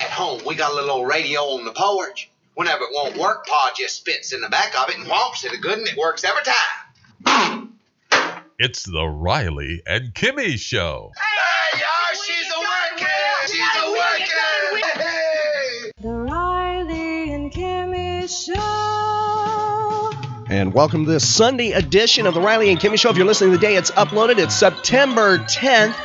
At home, we got a little old radio on the porch. Whenever it won't work, Pa just spits in the back of it and whomps it a good, and it works every time. It's the Riley and Kimmy Show. Hey, y'all, she's a worker! She's a worker! Hey! The Riley and Kimmy Show. And welcome to this Sunday edition of the Riley and Kimmy Show. If you're listening today, it's uploaded. It's September 10th,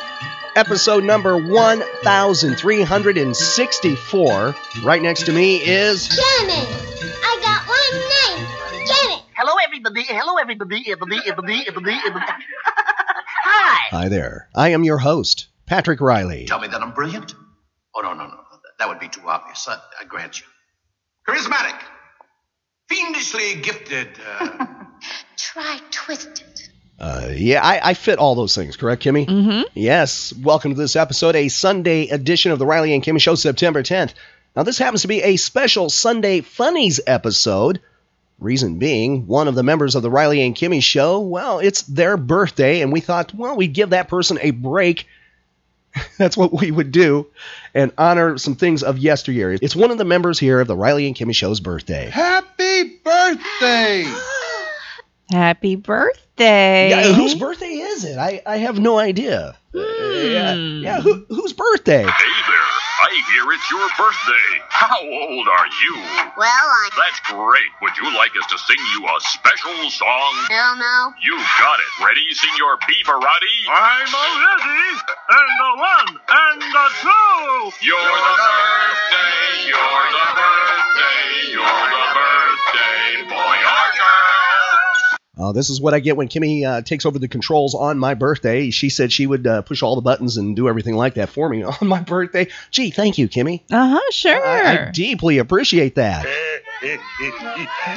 episode number 1364. Right next to me is. Janet! I got one name! Janet! Hello, everybody. Hello, everybody. Everybody, everybody, everybody, everybody. Hi. Hi there. I am your host, Patrick Riley. Tell me that I'm brilliant? Oh, no, no, no. That- That would be too obvious. I, I grant you. Charismatic. Fiendishly gifted. Uh, Try twisted. Uh, yeah, I, I fit all those things, correct, Kimmy? Mm-hmm. Yes. Welcome to this episode, a Sunday edition of the Riley and Kimmy Show, September 10th. Now, this happens to be a special Sunday Funnies episode. Reason being, one of the members of the Riley and Kimmy Show, well, it's their birthday, and we thought, well, we'd give that person a break. That's what we would do and honor some things of yesteryear. It's one of the members here of the Riley and Kimmy Show's birthday. Happy birthday! Happy birthday. Yeah, whose birthday is it? I, I have no idea. Uh, yeah, Hmm. yeah who, whose birthday? Hey there, I hear it's your birthday. How old are you? Well, I That's great. Would you like us to sing you a special song? don't know. You got it. Ready, Senor Beaverati? I'm ready, and the one, and the two. You're the birthday, you're the birthday, you're the birthday boy or girl. Uh, this is what I get when Kimmy uh, takes over the controls on my birthday. She said she would uh, push all the buttons and do everything like that for me on my birthday. Gee, thank you, Kimmy. Uh huh, sure. I, I deeply appreciate that.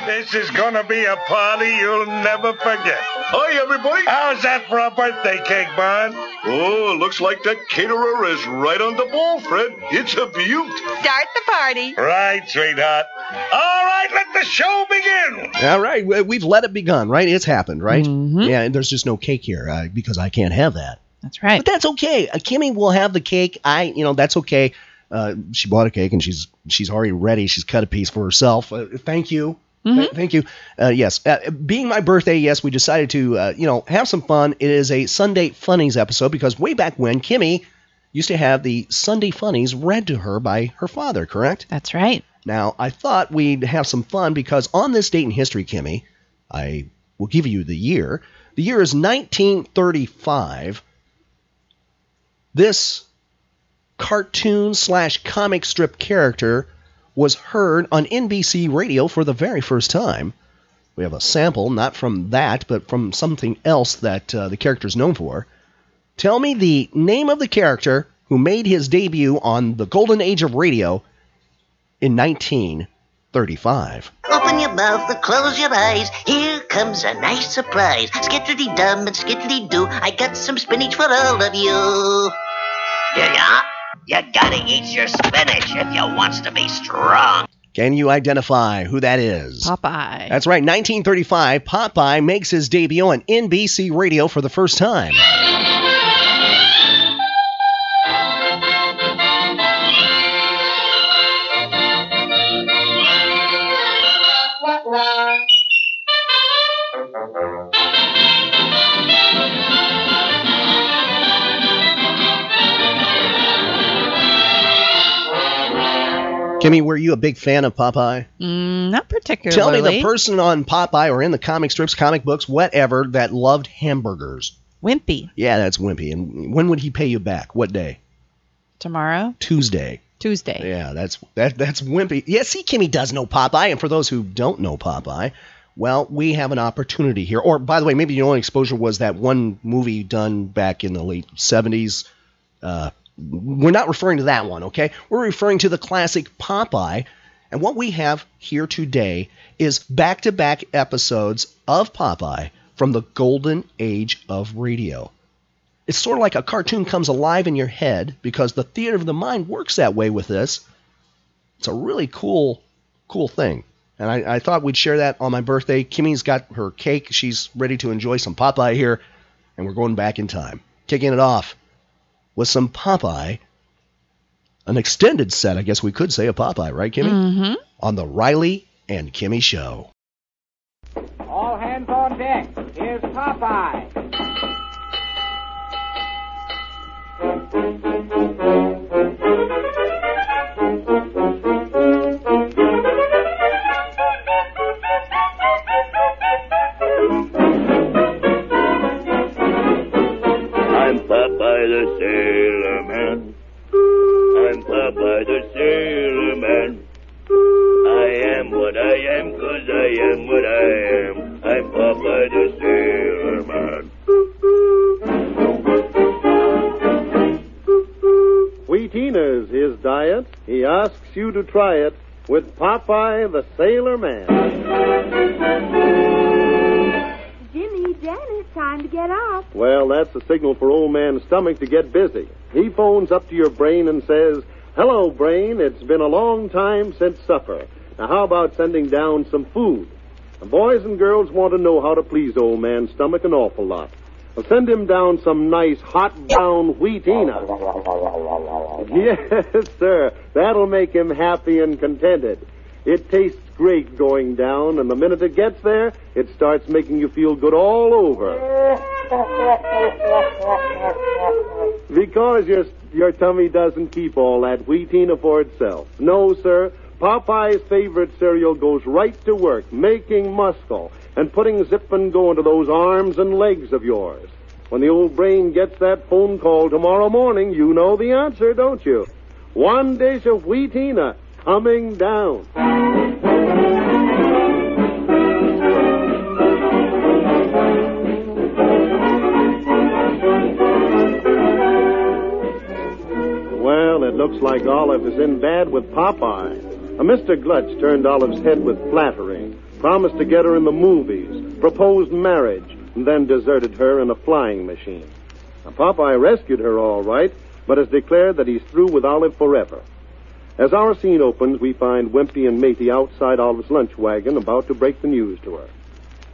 this is gonna be a party you'll never forget. Hi, everybody. How's that for a birthday cake, Bud? Oh, looks like the caterer is right on the ball, Fred. It's a beaut. Start the party. Right, sweetheart. All right, let the show begin. All right, we- we've let it begun, right? It's happened, right? Mm-hmm. Yeah, and there's just no cake here uh, because I can't have that. That's right. But that's okay. Uh, Kimmy will have the cake. I, you know, that's okay. Uh, she bought a cake and she's she's already ready. She's cut a piece for herself. Uh, thank you. Mm-hmm. Th- thank you. Uh, yes, uh, being my birthday, yes, we decided to uh, you know have some fun. It is a Sunday Funnies episode because way back when Kimmy used to have the Sunday Funnies read to her by her father, correct? That's right. Now, I thought we'd have some fun because on this date in history, Kimmy, I will give you the year. The year is 1935. This cartoon slash comic strip character was heard on NBC radio for the very first time. We have a sample, not from that, but from something else that uh, the character is known for. Tell me the name of the character who made his debut on the Golden Age of Radio in 1935. Open your mouth and close your eyes. Here comes a nice surprise. Skitterdy dum and skitterdy doo. I got some spinach for all of you. Yeah, yeah. You gotta eat your spinach if you wants to be strong. Can you identify who that is? Popeye. That's right, 1935, Popeye makes his debut on NBC radio for the first time. Uh, Kimmy, were you a big fan of Popeye? Mm, not particularly. Tell me the person on Popeye or in the comic strips, comic books, whatever, that loved hamburgers. Wimpy. Yeah, that's wimpy. And when would he pay you back? What day? Tomorrow, Tuesday. Tuesday. Yeah, that's that that's wimpy. Yeah, see, Kimmy does know Popeye, and for those who don't know Popeye, well, we have an opportunity here. Or by the way, maybe your only exposure was that one movie done back in the late seventies, uh, We're not referring to that one, okay? We're referring to the classic Popeye. And what we have here today is back to back episodes of Popeye from the golden age of radio. It's sort of like a cartoon comes alive in your head because the theater of the mind works that way with this. It's a really cool, cool thing. And I, I thought we'd share that on my birthday. Kimmy's got her cake. She's ready to enjoy some Popeye here. And we're going back in time, kicking it off with some Popeye. An extended set, I guess we could say, of Popeye, right, Kimmy? Mm-hmm. On the Riley and Kimmy Show. All hands on deck. Here's Popeye. I'm Popeye the Sailor Man. I'm Popeye the Sailor Man. I am what I am 'cause I am what I am. I'm Popeye the Sailor Man. Wheatina's his diet. He asks you to try it with Popeye the Sailor Man. Jimmy, Janet, time to get up. Well, that's a signal for old man's stomach to get busy. He phones up to your brain and says, Hello, brain. It's been a long time since supper. Now, how about sending down some food? The boys and girls want to know how to please old man's stomach an awful lot. Well, send him down some nice hot brown wheatina. Yes, sir. That'll make him happy and contented. It tastes great going down, and the minute it gets there, it starts making you feel good all over. Because your your tummy doesn't keep all that wheatina for itself. No, sir. Popeye's favorite cereal goes right to work, making muscle and putting zip and go into those arms and legs of yours. When the old brain gets that phone call tomorrow morning, you know the answer, don't you? One dish of wheatina coming down. Well, it looks like Olive is in bad with Popeye. A Mr. Glutch turned Olive's head with flattery, promised to get her in the movies, proposed marriage, and then deserted her in a flying machine. Now, Popeye rescued her all right, but has declared that he's through with Olive forever. As our scene opens, we find Wimpy and Matey outside Olive's lunch wagon about to break the news to her.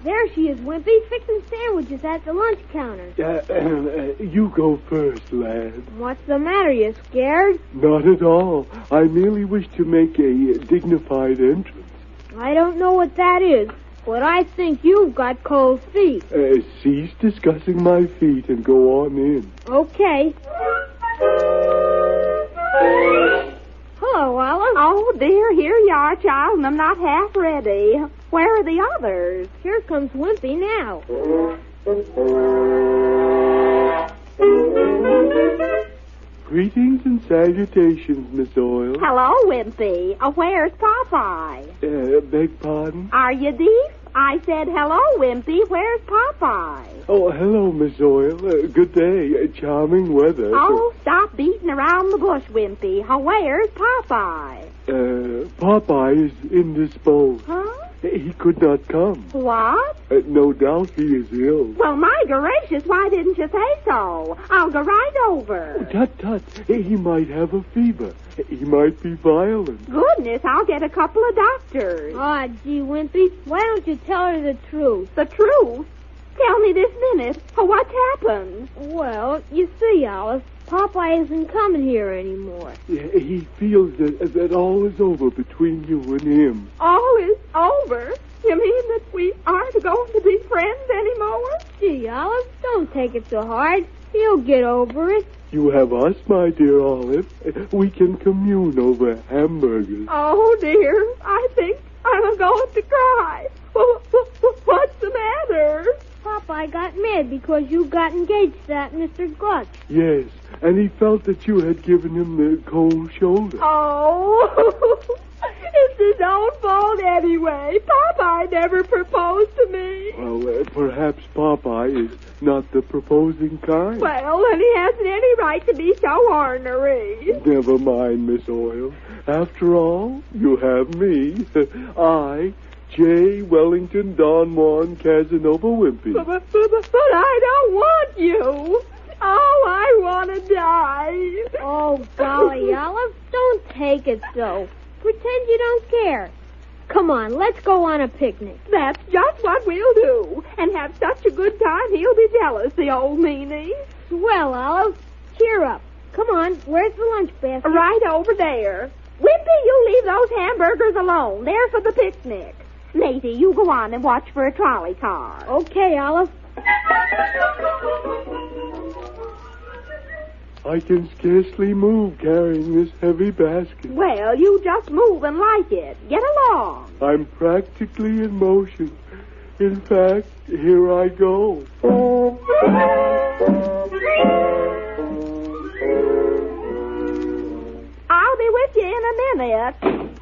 There she is, Wimpy, fixing sandwiches at the lunch counter. uh, you go first, lad. What's the matter? You scared? Not at all. I merely wish to make a dignified entrance. I don't know what that is, but I think you've got cold feet. Uh, cease discussing my feet and go on in. Okay. Hello, Olive. Oh, dear, here you are, child, and I'm not half ready. Where are the others? Here comes Wimpy now. Greetings and salutations, Miss Oil. Hello, Wimpy. Uh, where's Popeye? Uh, beg pardon? Are you deaf? I said, hello, Wimpy. Where's Popeye? Oh, hello, Miss Oil. Uh, good day. Uh, charming weather. Oh, stop beating around the bush, Wimpy. Uh, where's Popeye? Uh, Popeye is indisposed. Huh? He could not come. What? Uh, no doubt he is ill. Well, my gracious, why didn't you say so? I'll go right over. Tut tut. He might have a fever. He might be violent. Goodness, I'll get a couple of doctors. Aw, Ah, gee, Wimpy, why don't you tell her the truth? The truth? Tell me this minute. Oh, What's happened? Well, you see, Alice, Popeye isn't coming here anymore. He feels that, that all is over between you and him. All is over. You mean that we aren't going to be friends anymore? Gee, Alice, don't take it so hard. He'll get over it. You have us, my dear Olive. We can commune over hamburgers. Oh, dear. I think I'm going to cry. What's the matter? Popeye got mad because you got engaged to that Mr. Glutch. Yes, and he felt that you had given him the cold shoulder. Oh, this is own fault anyway. Popeye never proposed to me. Well, uh, perhaps Popeye is not the proposing kind. Well, and he hasn't any right to be so ornery. Never mind, Miss Oil. After all, you have me. I, J. Wellington Don Juan Casanova Wimpy. But, but, but, but I don't want you. Oh, I want to die. Oh, golly, Olive, don't take it so. Pretend you don't care. Come on, let's go on a picnic. That's just what we'll do. And have such a good time, he'll be jealous, the old meanie. Well, Olive, cheer up. Come on, where's the lunch basket? Right over there. Wimpy, you leave those hamburgers alone. They're for the picnic. Maisie, you go on and watch for a trolley car. Okay, Olive. I can scarcely move carrying this heavy basket. Well, you just move and like it. Get along. I'm practically in motion. In fact, here I go. I'll be with you in a minute.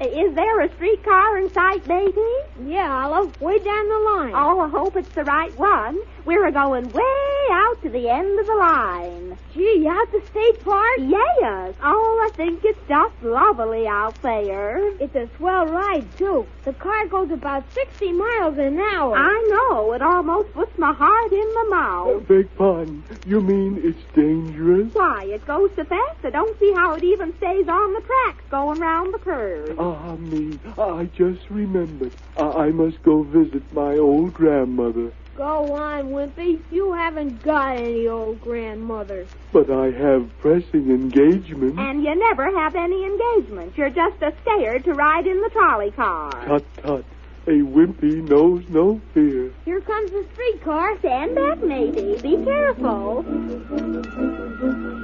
Is there a streetcar in sight, baby? Yeah, Olive, way down the line. Oh, I hope it's the right one. We're going way out to the end of the line. Gee, out the state park? Yes. Oh, I think it's just lovely out there. It's a swell ride, too. The car goes about 60 miles an hour. I know. It almost puts my heart in my Uh, mouth. Beg pardon. You mean it's dangerous? Why, it goes so fast I don't see how it even stays on the tracks going round the curve. Ah, me. I just remembered. I, I must go visit my old grandmother. Go on, Wimpy. You haven't got any old grandmother. But I have pressing engagements. And you never have any engagements. You're just a scared to ride in the trolley car. Tut tut. A wimpy knows no fear. Here comes the streetcar. Stand back, maybe. Be careful.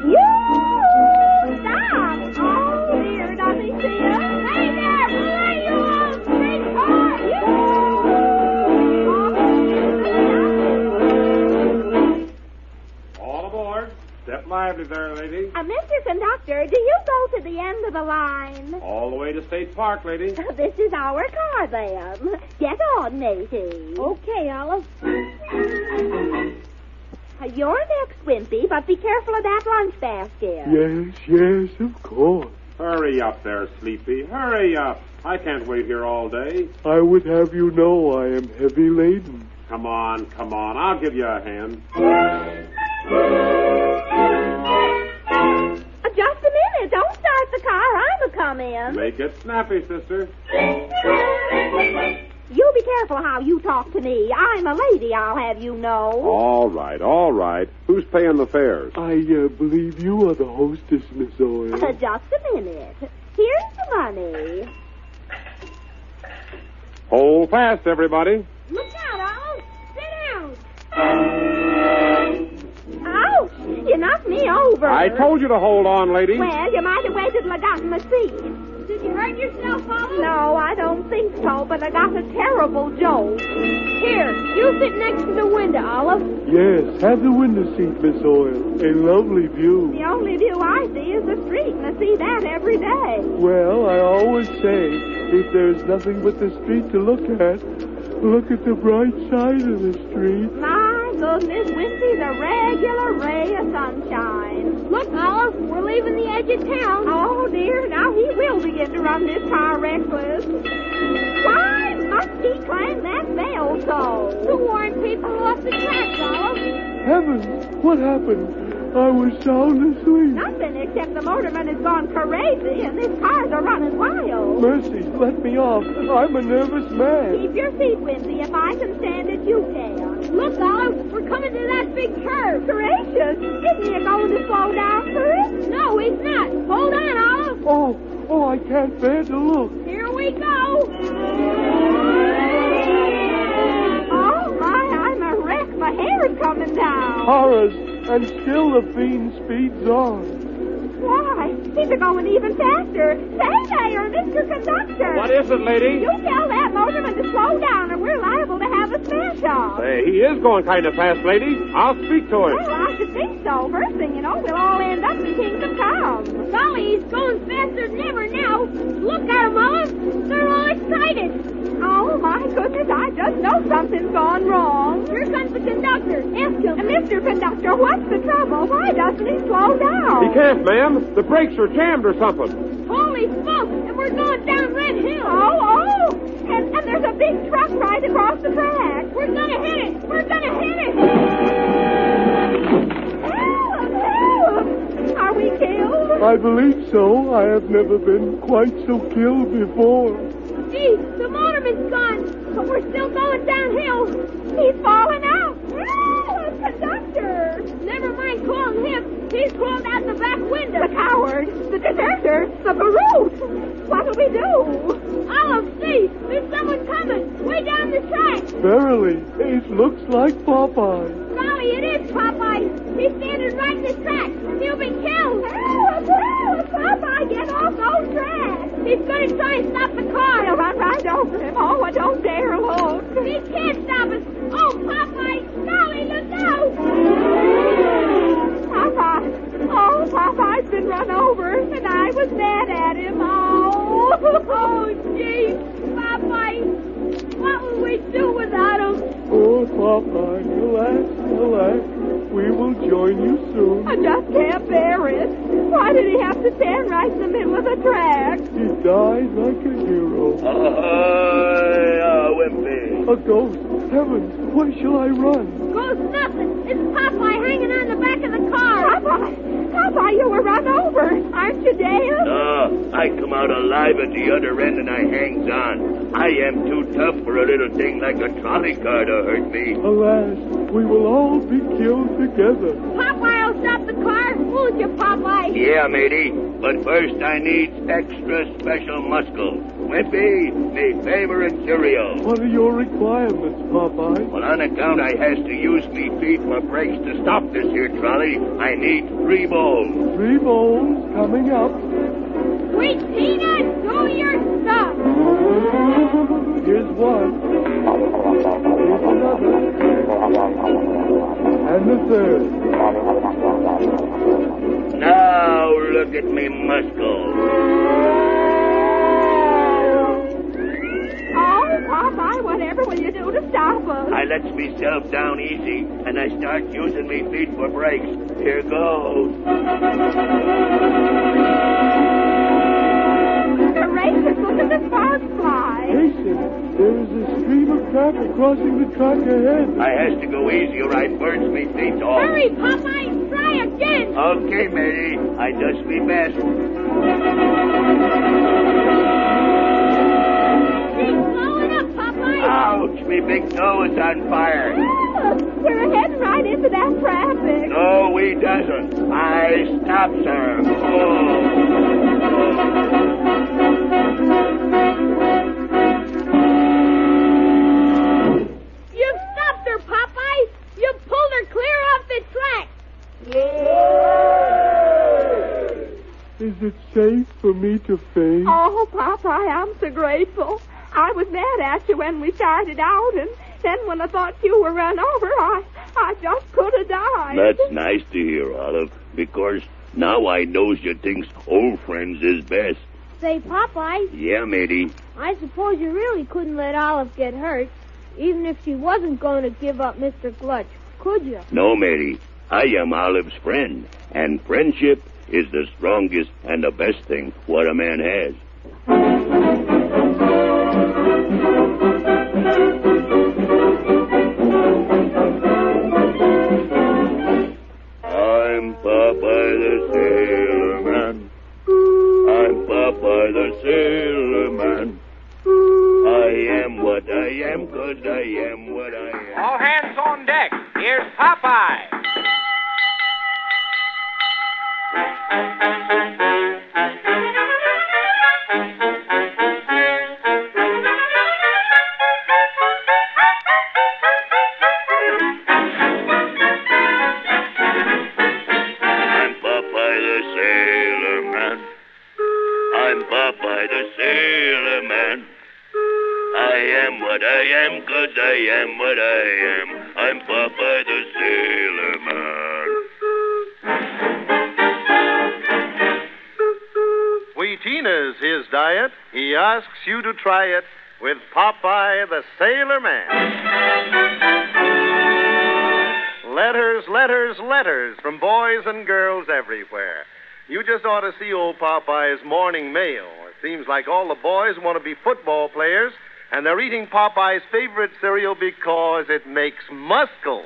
You stop! Oh dear, doesn't he see us? Hey there, who are you, old streetcar? You! All aboard. Step lively there, lady. Uh, Mr. Conductor, do you go to the end of the line? All the way to State Park, lady. This is our car, then. Get on, matey. Okay, Olive. Uh, You're next, Wimpy, but be careful of that lunch basket. Yes, yes, of course. Hurry up there, Sleepy. Hurry up. I can't wait here all day. I would have you know I am heavy laden. Come on, come on. I'll give you a hand. Uh, just a minute. Don't start the car. I'm a come in. Make it snappy, sister. You be careful how you talk to me. I'm a lady, I'll have you know. All right, all right. Who's paying the fares? I uh, believe you are the hostess, Miss Oh. Oil. Uh, just a minute. Here's the money. Hold fast, everybody. Look out, Olive. Sit down. Ouch! You knocked me over. I told you to hold on, lady. Well, you might have waited till I got in my seat. Did you hurt yourself, Olive? No, I don't think so, but I got a terrible jolt. Here, you sit next to the window, Olive. Yes, have the window seat, Miss Oil. A lovely view. The only view I see is the street, and I see that every day. Well, I always say, if there's nothing but the street to look at, look at the bright side of the street. My goodness, Wincy's a regular ray of sunshine. Look, Olive, we're leaving the edge of town. Oh dear, now he will begin to run this car reckless. Why must he climb that bell To so? warn people off the tracks, Olive. Heavens, what happened? I was sound asleep. Nothing except the motorman has gone crazy and his cars are running wild. Mercy, let me off. I'm a nervous man. Keep your seat, Wincy. If I can stand it, you can. Look, Olive, we're coming to that big curve. Gracious, isn't he going to slow down for it? No, he's not. Hold on, Olive. Oh, oh, I can't bear to look. Here we go. Oh my, I'm a wreck. My hair is coming down. Oh. Horrors, and still the fiend speeds on. Why? These are going even faster. Say there, Mr. Conductor. What is it, lady? You tell that motorman to slow down or we're liable to to have a smash-off. Hey, he is going kind of fast, lady. I'll speak to him. Well, I should think so. First thing you know, we'll all end up in Kingdom Come. Golly, he's going faster than ever now. Look at him, Olive. They're all excited. Oh, my goodness, I just know something's gone wrong. Here comes the conductor, Eskil. Mr. Conductor, what's the trouble? Why doesn't he slow down? He can't, ma'am. The brakes are jammed or something. Holy smokes, and we're going down Red Hill. Oh, oh, and, and there's a big truck right across the track. We're gonna hit it. We're gonna hit it. Help, help. Are we killed? I believe so. I have never been quite so killed before. Gee, the motorman's gone, but we're still going downhill. He's falling out. Help, conductor. Ah, Never mind calling him. He's crawled out the back window. The coward, the deserter, the brute. What'll we do? Olive, see, there's someone coming. Way down the track. Verily, it looks like Popeye. Golly, it is Popeye. He's standing right in the track. He'll be killed. Help, help, Popeye, get off those tracks. He's gonna try and stop the car. He'll run right over him. Oh, I don't dare look. He can't stop us. Oh, Popeye, golly, look out. Popeye. Oh, Popeye's been run over, and I was mad at him. Oh, Oh, gee, Popeye, what will we do without him? Poor Oh, Popeye, relax, relax. We will join you soon. I just can't bear it. Why did he have to stand right in the middle of the track? He died like a hero. Ahoy, ah, Wimpy. A ghost. Heavens, where shall I run? Goes nothing. It's Popeye hanging on the back of the car. Popeye, Popeye, you were run over. Aren't you dead? No, I come out alive at the other end and I hangs on. I am too tough for a little thing like a trolley car to hurt me. Alas, we will all be killed together. Popeye will stop the car. Won't you, Popeye? Yeah, matey, but first I needs extra special muscle. Wimpy, me favorite cereal. What are your requirements, Popeye? Well, on account I has to use me feet for brakes to stop this here trolley, I need three bowls. Three bowls coming up. Wait, Peanut, do your stuff. Here's one. Here's another. And the third. Now look at me muscle. Oh, Popeye, whatever will you do to stop us? I lets myself down easy, and I start using me feet for brakes. Here goes. Gracious, look at the sparks fly. Jason, there is a stream of traffic crossing the track ahead. I has to go easy or I burns me feet off. Hurry, Popeye, try again. Okay, matey, I does me best. He's blowing up, Popeye. Ouch, me big toe is on fire. Help! We're heading right into that traffic. No, we doesn't. I stops her. Oh. You've stopped her, Popeye. You pulled her clear off the track. Is it safe for me to faint? Oh, Popeye, I'm so grateful. I was mad at you when we started out, and then when I thought you were run over, I, I just could have died. That's nice to hear, Olive, because now I knows you thinks old friends is best. Say, Popeye, Yeah, matey. I suppose you really couldn't let Olive get hurt, even if she wasn't going to give up Mr. Glutch, could you? No, matey. I am Olive's friend, and friendship is the strongest and the best thing what a man has. I'm Popeye the Sailor Man. I'm Popeye the Sailor Man. I am what I am, 'cause I am what I am. All hands on deck. Here's Popeye. I'm Popeye the Sailor Man. I'm Popeye the Sailor Man. I am what I am 'cause I I am what I am. I'm Popeye the Sailor Man. Wheatina's his diet. He asks you to try it with Popeye the Sailor Man. Letters, letters, letters from boys and girls everywhere. You just ought to see old Popeye's morning mail. It seems like all the boys want to be football players, and they're eating Popeye's favorite cereal because it makes muscle.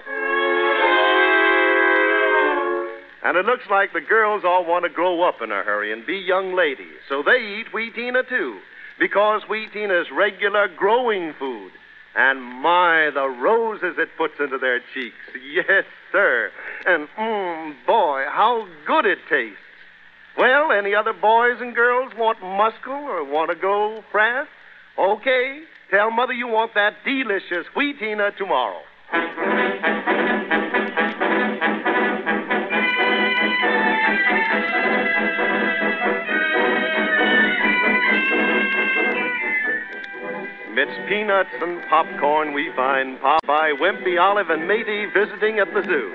And it looks like the girls all want to grow up in a hurry and be young ladies, so they eat Wheatina too, because Wheatina's regular growing food. And my, the roses it puts into their cheeks. Yes, sir. And mmm, boy, how good it tastes. Well, any other boys and girls want muscle or want to go fast? Okay, tell Mother you want that delicious Wheatina tomorrow. Midst peanuts and popcorn, we find Popeye, Wimpy, Olive, and Matey visiting at the zoo.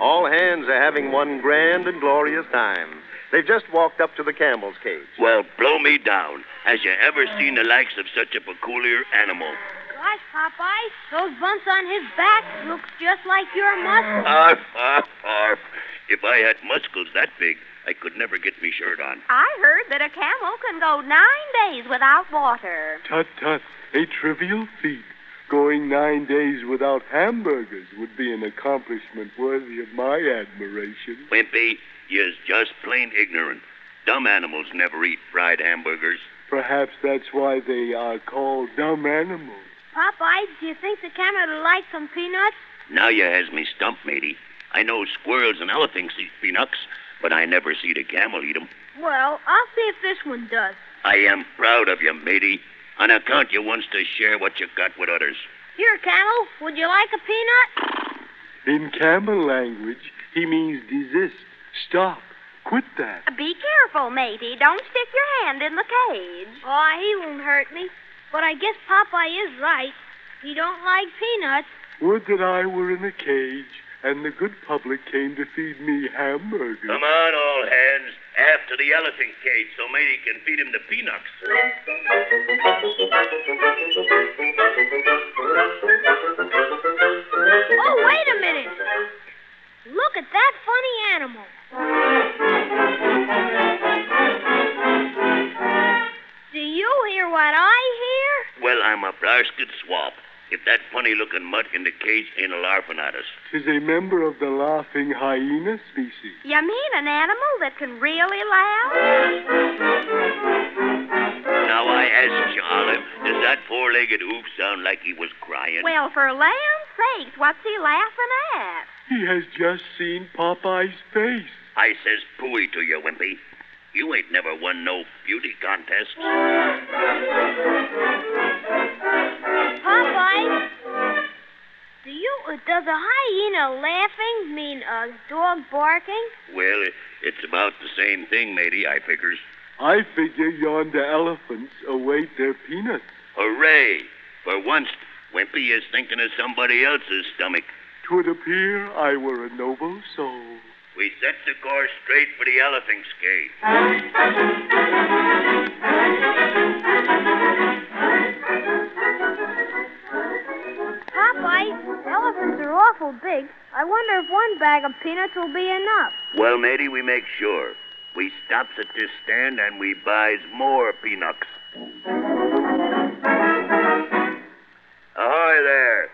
All hands are having one grand and glorious time. They've just walked up to the camel's cage. Well, blow me down. Has you ever seen the likes of such a peculiar animal? Gosh, Popeye, those bumps on his back look just like your muscles. Arf, arf, arf. If I had muscles that big, I could never get me shirt on. I heard that a camel can go nine days without water. Tut tut, a trivial feat. Going nine days without hamburgers would be an accomplishment worthy of my admiration. Wimpy, you's just plain ignorant. Dumb animals never eat fried hamburgers. Perhaps that's why they are called dumb animals. Popeye, do you think the camel would like some peanuts? Now you has me stumped, matey. I know squirrels and elephants eat peanuts, but I never see the camel eat 'em. Well, I'll see if this one does. I am proud of you, matey, on account you wants to share what you got with others. Here, camel, would you like a peanut? In camel language, he means desist, stop, quit that. Be careful, matey. Don't stick your hand in the cage. Aw, he won't hurt me. But I guess Popeye is right. He don't like peanuts. Would that I were in a cage and the good public came to feed me hamburgers. Come on, all hands, after the elephant cage so matey can feed him the peanuts. Oh, wait a minute. Look at that funny animal. Do you hear what I hear? Well, I'm a blasted swab. If that funny-looking mutt in the cage ain't a larfin' at us. Tis a member of the laughing hyena species. You mean an animal that can really laugh? Now I ask you, Olive, does that four-legged hoof sound like he was crying? Well, for land's sakes, what's he laughing at? He has just seen Popeye's face. I says pooey to you, Wimpy. You ain't never won no beauty contest. Popeye, do you uh, does a hyena laughing mean a dog barking? Well, it- it's about the same thing, matey, I figures. I figure yonder elephants await their peanuts. Hooray! For once, Wimpy is thinking of somebody else's stomach. 'Twould appear I were a noble soul. We set the course straight for the elephant's cage. Popeye, elephants are awful big. I wonder if one bag of peanuts will be enough. Well, matey, we make sure. We stops at this stand and we buys more peanuts. Ahoy there!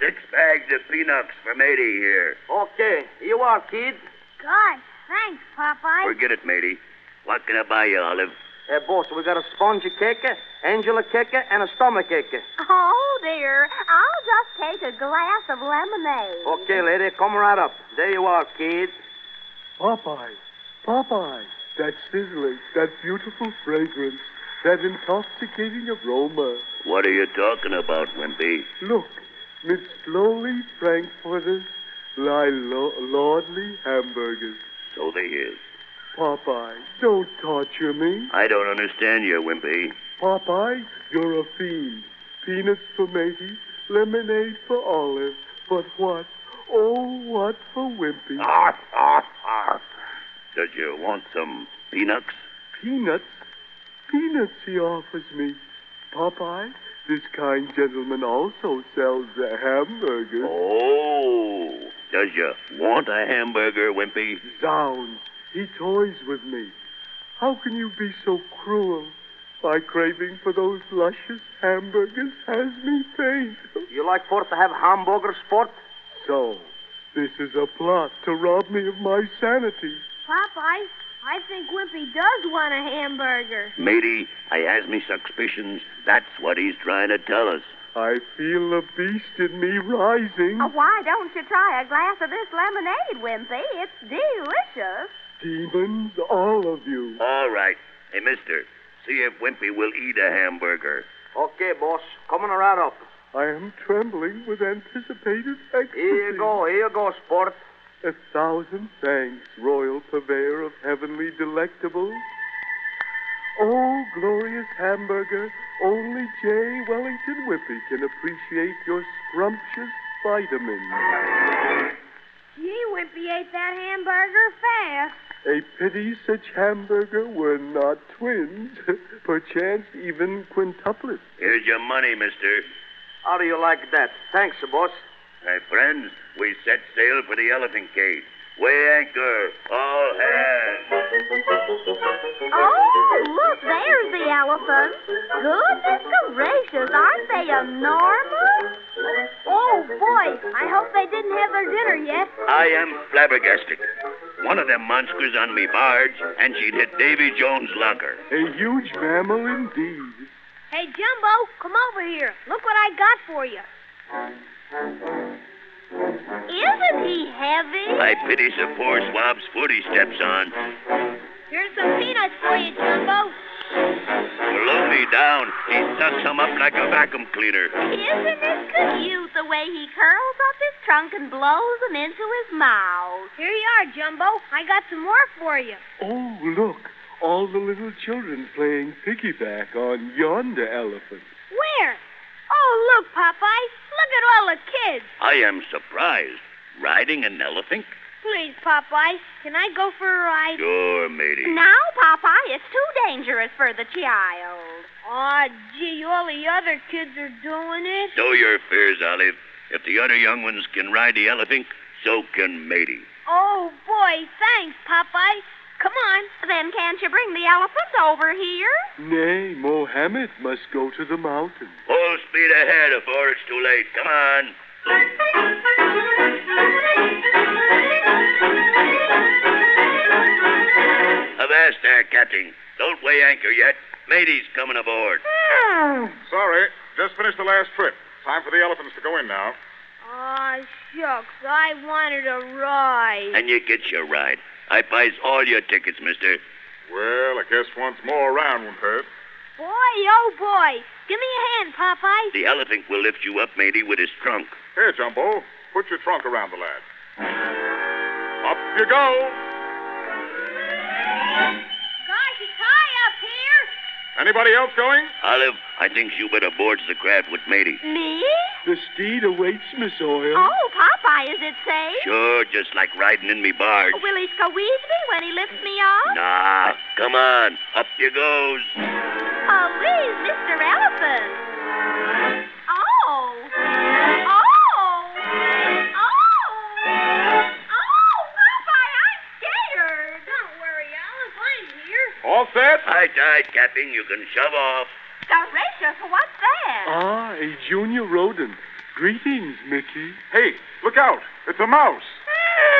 Six bags of peanuts for matey here. Okay, you are, kid. God, thanks, Popeye. Forget it, matey. What can I buy you, Olive? Hey, boss, we got a spongy kicker, angela kicker, and a stomach kicker. Oh, dear. I'll just take a glass of lemonade. Okay, lady, come right up. There you are, kid. Popeye, Popeye, that sizzling, that beautiful fragrance, that intoxicating aroma. What are you talking about, Wimpy? Look, mid slowly frankfurters lie lo- lordly hamburgers. So they is. Popeye, don't torture me. I don't understand you, Wimpy. Popeye, you're a fiend. Peanuts for matey, Lemonade for Olive, but what? Oh, what for Wimpy? Arf, ah, arf, arf. Did you want some peanuts? Peanuts? Peanuts he offers me. Popeye, this kind gentleman also sells a hamburger. Oh, does you want a hamburger, Wimpy? Zounds, he toys with me. How can you be so cruel? My craving for those luscious hamburgers has me faint. You like for to have hamburger sport? So, this is a plot to rob me of my sanity. Popeye, I think Wimpy does want a hamburger. Matey, I has me suspicions. That's what he's trying to tell us. I feel the beast in me rising. Uh, Oh, why don't you try a glass of this lemonade, Wimpy? It's delicious. Demons, all of you. All right. Hey, mister, see if Wimpy will eat a hamburger. Okay, boss. Coming right up. I am trembling with anticipated ecstasy. Here you go, here you go, sport. A thousand thanks, royal purveyor of heavenly delectables. Oh, glorious hamburger, only J. Wellington Whippy can appreciate your scrumptious vitamins. Gee, Wimpy ate that hamburger fast. A pity such hamburger were not twins, perchance even quintuplets. Here's your money, mister. How do you like that? Thanks, boss. Hey, friends, we set sail for the elephant cage. Weigh anchor, all hands. Oh, look, there's the elephant. Goodness gracious, aren't they enormous? Oh, boy, I hope they didn't have their dinner yet. I am flabbergasted. One of them monsters on me barge, and she'd hit Davy Jones' locker. A huge mammal indeed. Hey, Jumbo, come over here. Look what I got for you. Isn't he heavy? I pities the poor swab's foot he steps on. Here's some peanuts for you, Jumbo. Blow me down. He sucks him up like a vacuum cleaner. Isn't it cute the way he curls up his trunk and blows them into his mouth? Here you are, Jumbo. I got some more for you. Oh, look, all the little children playing piggyback on yonder elephant. Where? Oh, look, Popeye. Look at all the kids. I am surprised. Riding an elephant? Please, Popeye, can I go for a ride? Sure, matey. Now, Popeye, it's too dangerous for the child. Aw, gee, all the other kids are doing it. Sow your fears, Olive. If the other young ones can ride the elephant, so can matey. Oh, boy, thanks, Popeye. Come on. Then can't you bring the elephant over here? Nay, Mohammed must go to the mountain. Full speed ahead before it's too late. Come on. Avast there, Captain. Don't weigh anchor yet. Matey's coming aboard. Ah, Sorry, just finished the last trip. Time for the elephants to go in now. Aw, Ah, shucks, I wanted a ride. And you get your ride. I buys all your tickets, mister. Well, I guess once more around won't hurt. Boy, oh boy. Give me a hand, Popeye. The elephant will lift you up, matey, with his trunk. Here, Jumbo, put your trunk around the lad. Up you go. Gosh, it's high up here. Anybody else going? Olive, I think you better boards the craft with matey. Me? The steed awaits Miss Oil. Oh, Popeye, is it safe? Sure, just like riding in me barge. Oh, Will he squeeze me when he lifts me up? Nah, come on. Up you goes. Oh, please, Mr. Elephant. Oh. Oh. Oh. Oh, Popeye, I'm scared. Don't worry, Olive. I'm here. All set? Aye, aye, Captain. You can shove off. Gracious, what's that? Ah, a junior rodent. Greetings, Mickey. Hey, look out. It's a mouse.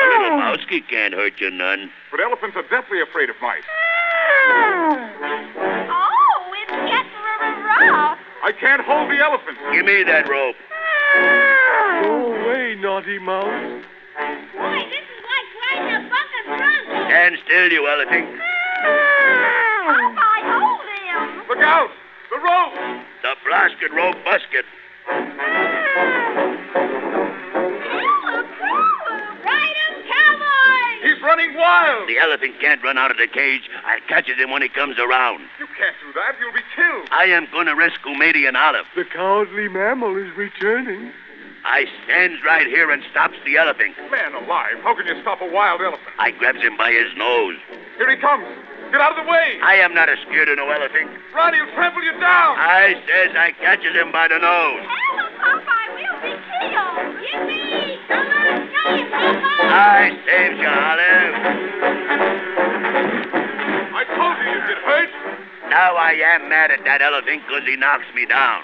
A little mousey can't hurt you none. But elephants are deathly afraid of mice. Oh, it's getting rough. I can't hold the elephant. Give me that rope. Go away, naughty mouse. Boy, this is like riding a buck and run. Stand still, you elephant. Popeye, hold him. Look out. The rope. The blasted rope busket. Ride him, cowboy. He's running wild. killed. The elephant can't run out of the cage. I'll catch him when he comes around. You can't do that. You'll be killed. I am going to rescue Matey and Olive. The cowardly mammal is returning. I stands right here and stops the elephant. Man alive, how can you stop a wild elephant? I grabs him by his nose. Here he comes. Get out of the way. I am not a scared of no elephant. Ronnie will trample you down. I says I catches him by the nose. I saves you, Olive. I told you you'd get hurt. Now I am mad at that elephant 'cause he knocks me down.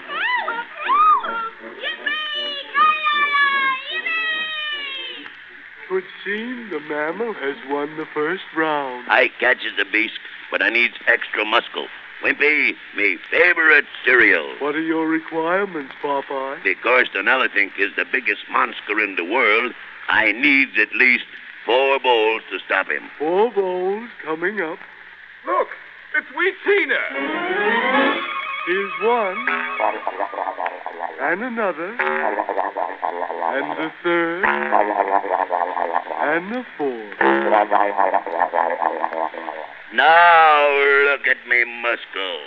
Twould seem the mammal has won the first round. I catches the beast, but I needs extra muscle. Wimpy, me favorite cereal. What are your requirements, Popeye? Because an elephant is the biggest monster in the world, I needs at least four bowls to stop him. Four bowls coming up. Look, it's Wheatina. Here's one, and another, and the third, and the fourth. Now look at me muscle.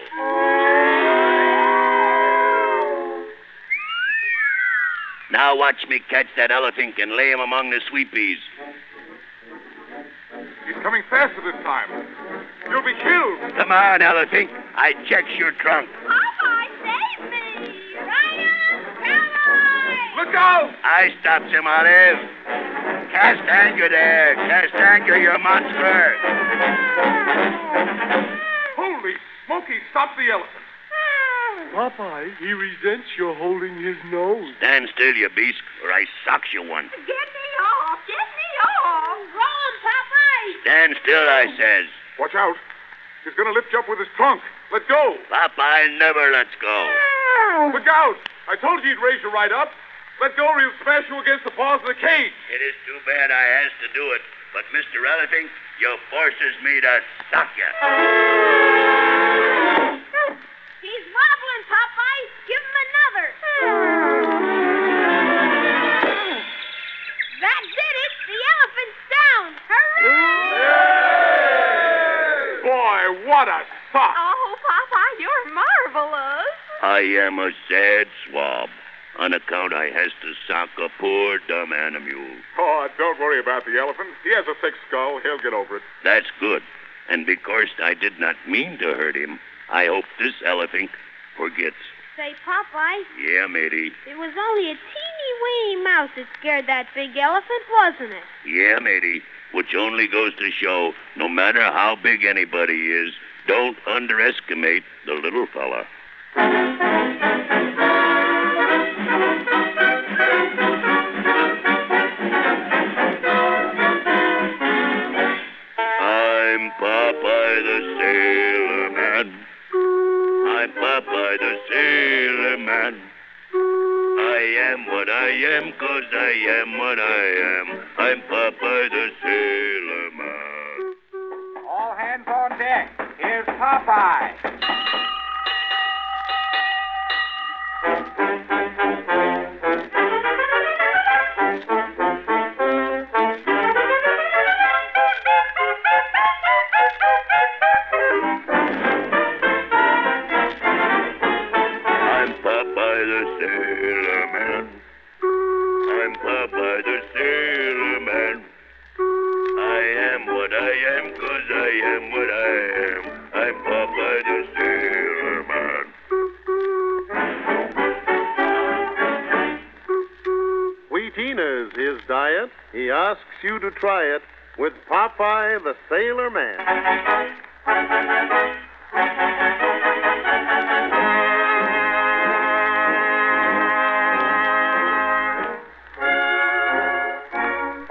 Now watch me catch that elephant and lay him among the sweet peas. He's coming faster this time. You'll be killed. Come on, elephant. I checks your trunk. Look out! I stops him, Olive. Cast anchor there. Cast anchor, you monster. Holy smoky, stop the elephant. Popeye, he resents your holding his nose. Stand still, you beast, or I socks you one. Get me off! Get me off! Run, Popeye! Stand still, I says. Watch out. He's going to lift you up with his trunk. Let go. Popeye never lets go. Look out. I told you he'd raise you right up. Let go or he'll smash you against the paws of the cage. It is too bad I has to do it, but Mr. Elephant, you forces me to sock you. He's wobbling, Popeye. Give him another. That did it. The elephant's down. Hooray! Boy, what a sock. Oh, Popeye, you're marvelous. I am a sad swab. On account I has to sock a poor dumb animal. Oh, don't worry about the elephant. He has a thick skull. He'll get over it. That's good. And because I did not mean to hurt him, I hope this elephant forgets. Say, Popeye, Yeah, matey. it was only a teeny weeny mouse that scared that big elephant, wasn't it? Yeah, matey. Which only goes to show, no matter how big anybody is, don't underestimate the little fella. I'm Popeye the Sailor Man. I'm Popeye the Sailor Man. I am what I am, cause I am what I am. I'm Popeye the Sailor Man. All hands on deck. Here's Popeye. I'm Popeye the Sailor Man. I'm Popeye the Sailor Man. I am what I am, cause I am what I am. I'm Popeye the Sailor Man. Wheatina's his diet. He asks you to try it with Popeye the Sailor Man.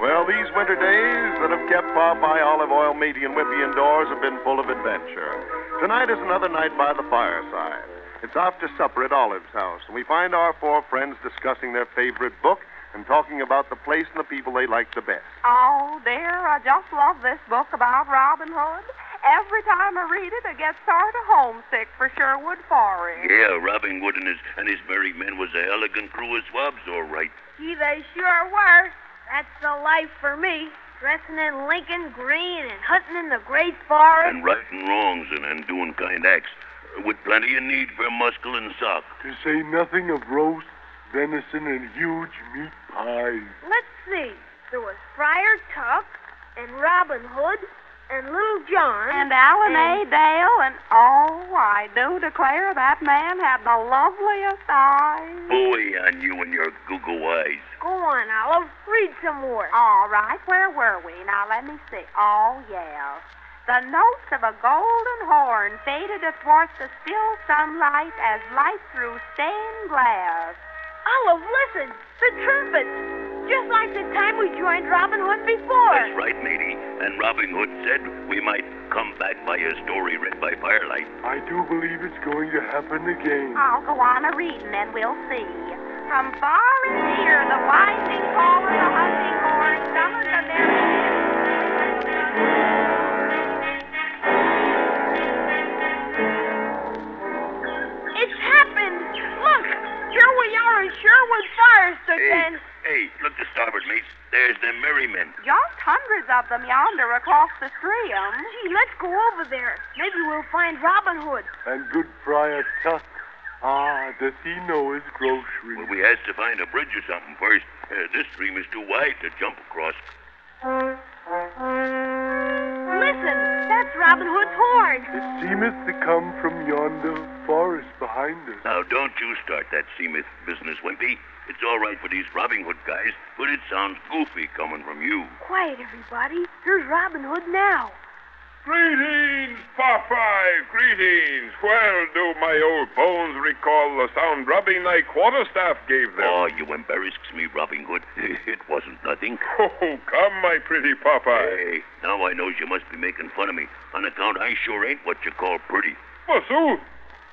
Well, these winter days that have kept Popeye, Olive Oil, Meaty, and Whippy indoors have been full of adventure. Tonight is another night by the fireside. It's after supper at Olive's house, and we find our four friends discussing their favorite book and talking about the place and the people they like the best. Oh, dear, I just love this book about Robin Hood. Every time I read it, I get sort of homesick for Sherwood Forest. Yeah, Robin Hood and his, and his merry men was a elegant crew of swabs, all right. Gee, they sure were. That's the life for me. Dressing in Lincoln green and hunting in the great forest. And righting wrongs and, and doing kind acts with plenty of need for muscle and sock. To say nothing of roast, venison, and huge meat pies. Let's see. There was Friar Tuck and Robin Hood and Little John And Alan A. Mm. eh? Dale, and oh, I do declare that man had the loveliest eyes. Boy, on you and your Google eyes. Go on, Olive. Read some more. All right, where were we? Now let me see. Oh, yes. The notes of a golden horn faded athwart the still sunlight as light through stained glass. Olive, listen. The trumpets. Just like the time we joined Robin Hood before. That's right, matey. And Robin Hood said we might come back by a story read by firelight. I do believe it's going to happen again. I'll go on a reading and we'll see. From far and near, the winding call of the hunting horn summons the It's happened. Look, here we are in Sherwood Forest again. Hey, look to starboard, mates. There's the merrymen. Just hundreds of them yonder across the stream. Gee, Hmm, let's go over there. Maybe we'll find Robin Hood. And good Friar Tuck. Ah, does he know his grocery? Well, we has to find a bridge or something first. Uh, this stream is too wide to jump across. Listen, that's Robin Hood's horn. It seemeth to come from yonder forest behind us. Now, don't you start that Seamith business, Wimpy. It's all right for these Robin Hood guys, but it sounds goofy coming from you. Quiet, everybody. Here's Robin Hood now. Greetings, Popeye, greetings. Well do my old bones recall the sound rubbing thy quarterstaff gave them. Oh, you embarrassed me, Robin Hood. It wasn't nothing. Oh, come, my pretty Popeye. Hey, now I knows you must be making fun of me, on account I sure ain't what you call pretty. Forsooth,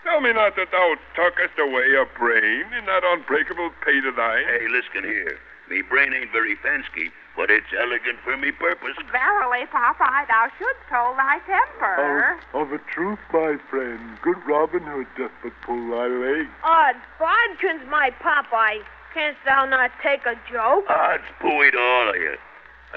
tell me not that thou tuckest away a brain in that unbreakable pate of thine. Hey, listen here. Me brain ain't very fancy, but it's elegant for me purpose. Verily, Popeye, thou shouldst hold thy temper. Oh, of a truth, my friend, good Robin Hood doth but pull thy leg. Odd bodkins, my Popeye. Canst thou not take a joke? Odds buoy to all of you.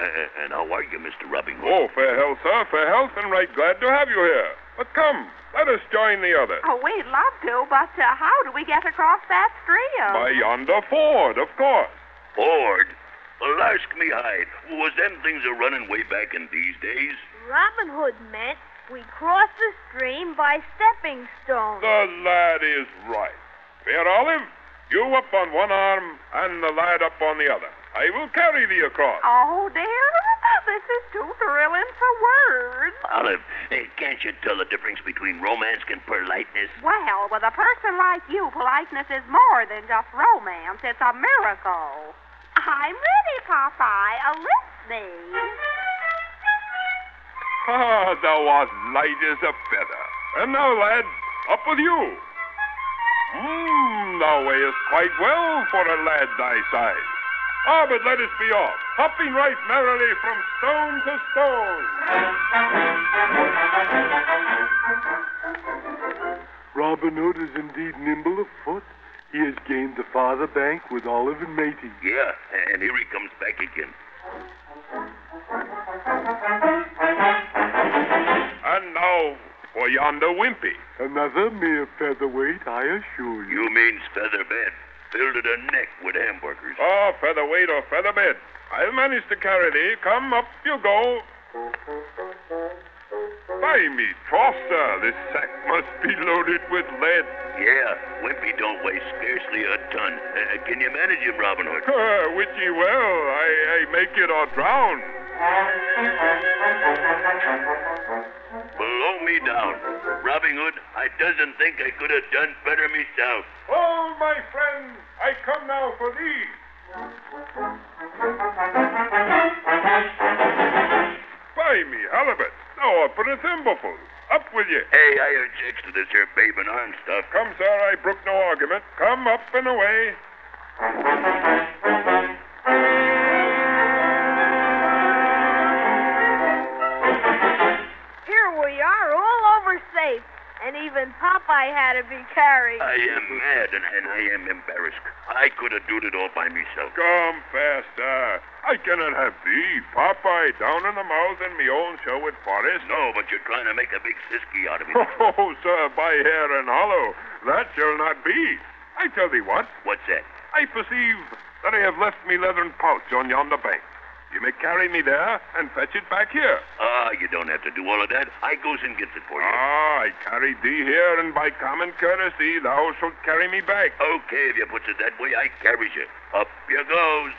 Uh, uh, and how are you, Mr. Robin Hood? Oh, fair health, sir, fair health, and right glad to have you here. But come, let us join the other. Oh, we'd love to, but uh, how do we get across that stream? By yonder ford, of course. Bored? Lask me hide. Was them things a running way back in these days? Robin Hood meant we cross the stream by stepping stones. The lad is right. Fair Olive, you up on one arm and the lad up on the other. I will carry thee across. Oh, dear, this is too thrilling for words. Olive, hey, can't you tell the difference between romance and politeness? Well, with a person like you, politeness is more than just romance. It's a miracle. I'm ready, Popeye. Uh, lift me. Ah, thou art light as a feather. And now, lad, up with you. Mmm, thou weighest quite well for a lad thy size. Ah, but let us be off, hopping right merrily from stone to stone. Robin Hood is indeed nimble of foot. He has gained the farther bank with Olive and Matey. Yeah, and here he comes back again. And now for yonder Wimpy. Another mere featherweight, I assure you. You means featherbed, filled to the neck with hamburgers. Oh, featherweight or featherbed. I'll manage to carry thee. Come up you go. By me, Foster, this sack must be loaded with lead. Yeah, Wimpy don't weigh scarcely a ton. Uh, can you manage him, Robin Hood? Uh, wit ye well, I, I make it or drown. Blow me down. Robin Hood, I doesn't think I could have done better myself. Oh, my friend, I come now for thee. By me, halibut. Now up in a thimbleful. Up with you. Hey, I objects to this here babe and arm stuff. Come, sir, I brook no argument. Come up and away. Here we are, all over safe. And even Popeye I had to be carried. I am mad and, and I am embarrassed. I could have done it all by myself. Come faster. I cannot have thee, Popeye, down in the mouth in me own show with Forrest. No, but you're trying to make a big sisky out of me. Oh, sir, by hair and hollow, that shall not be. I tell thee what, What's that? I perceive that I have left me leathern pouch on yonder bank. You may carry me there and fetch it back here. Ah, you don't have to do all of that. I goes and gets it for you. Ah, I carried thee here, and by common courtesy thou shalt carry me back. Okay, if you puts it that way, I carries you. Up you goes.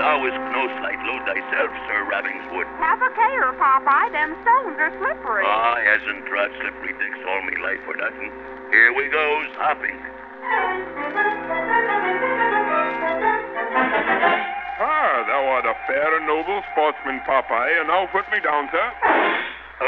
Thou is no slight load thyself, Sir Ravenswood. Have a care, Popeye. Them stones are slippery. Oh, I Ah, hasn't trod slippery dicks all me life for nothing. Here we goes, hopping. Ah, thou art a fair and noble sportsman, Popeye, and now put me down, sir.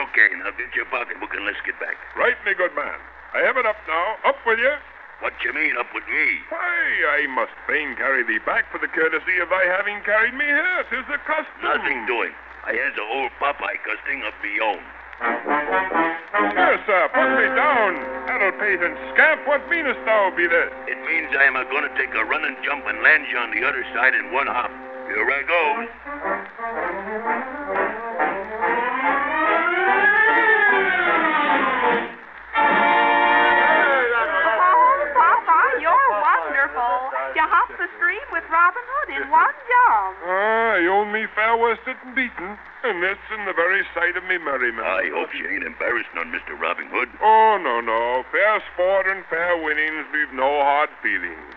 Okay, now get your pocketbook and let's get back. Right, me good man. I have it up now. Up with you. What you mean up with me? Aye, I must fain carry thee back for the courtesy of thy having carried me here. Tis the custom. Nothing doing. I has a old Popeye custing of me own. Here, sir, put me down. That'll pay and scamp. What meanest thou be this? It means I am a going to take a run and jump and land you on the other side in one hop. Here I goes. Oh, Popeye, you're wonderful. You hopped the stream with Robin Hood in one jump. Ah, you own me fair worsted and beaten, hmm? and this in the very sight of me merriment. I hope she ain't embarrassed none, Mr. Robin Hood. Oh, no, no. Fair sport and fair winnings leave no hard feelings.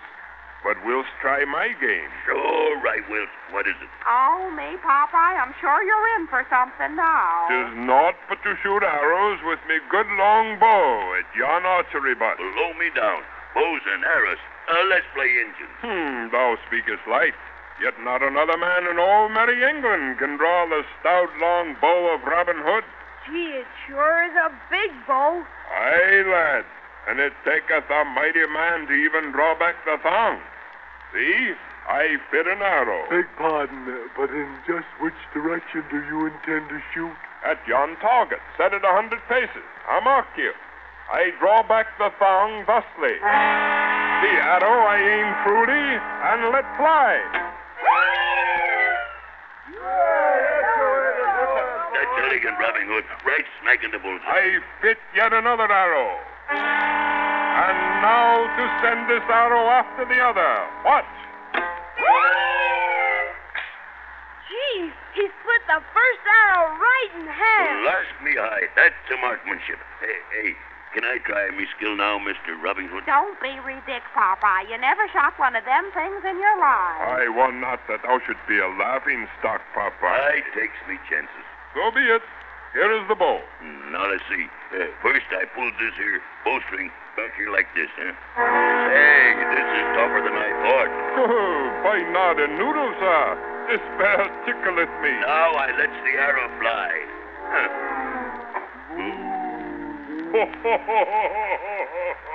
But we'll try my game. Sure, I will. What is it? Oh, me, Popeye, I'm sure you're in for something now. Tis naught but to shoot arrows with me good long bow at yon archery butt. Blow me down. Bows and arrows. Uh, let's play engines. Hmm, thou speakest light. Yet not another man in all merry England can draw the stout long bow of Robin Hood. Gee, it sure is a big bow. Aye, lad, and it taketh a mighty man to even draw back the thong. See, I fit an arrow. Beg pardon, uh, but in just which direction do you intend to shoot? At yon target, set it a hundred paces. I mark you. I draw back the thong thusly. The arrow I aim truly and let fly. That's elegant, Robin Hood. Right smack in the bullseye. I fit yet another arrow. And now to send this arrow after the other. Watch! Gee, he split the first arrow right in half. Blast me high. That's a marksmanship. Hey, hey, can I try me skill now, Mr. Robin Hood? Don't be ridiculous, Popeye. You never shot one of them things in your life. I won not that thou shouldst be a laughing stock, Popeye. I takes me chances. Hmm, So be it. Here is the bow. Now let's see. Uh, first, I pulled this here bowstring back here like this, huh? Hey, this is tougher than I thought. By not a noodle, sir. Despair tickleth me. Now I lets the arrow fly. Huh.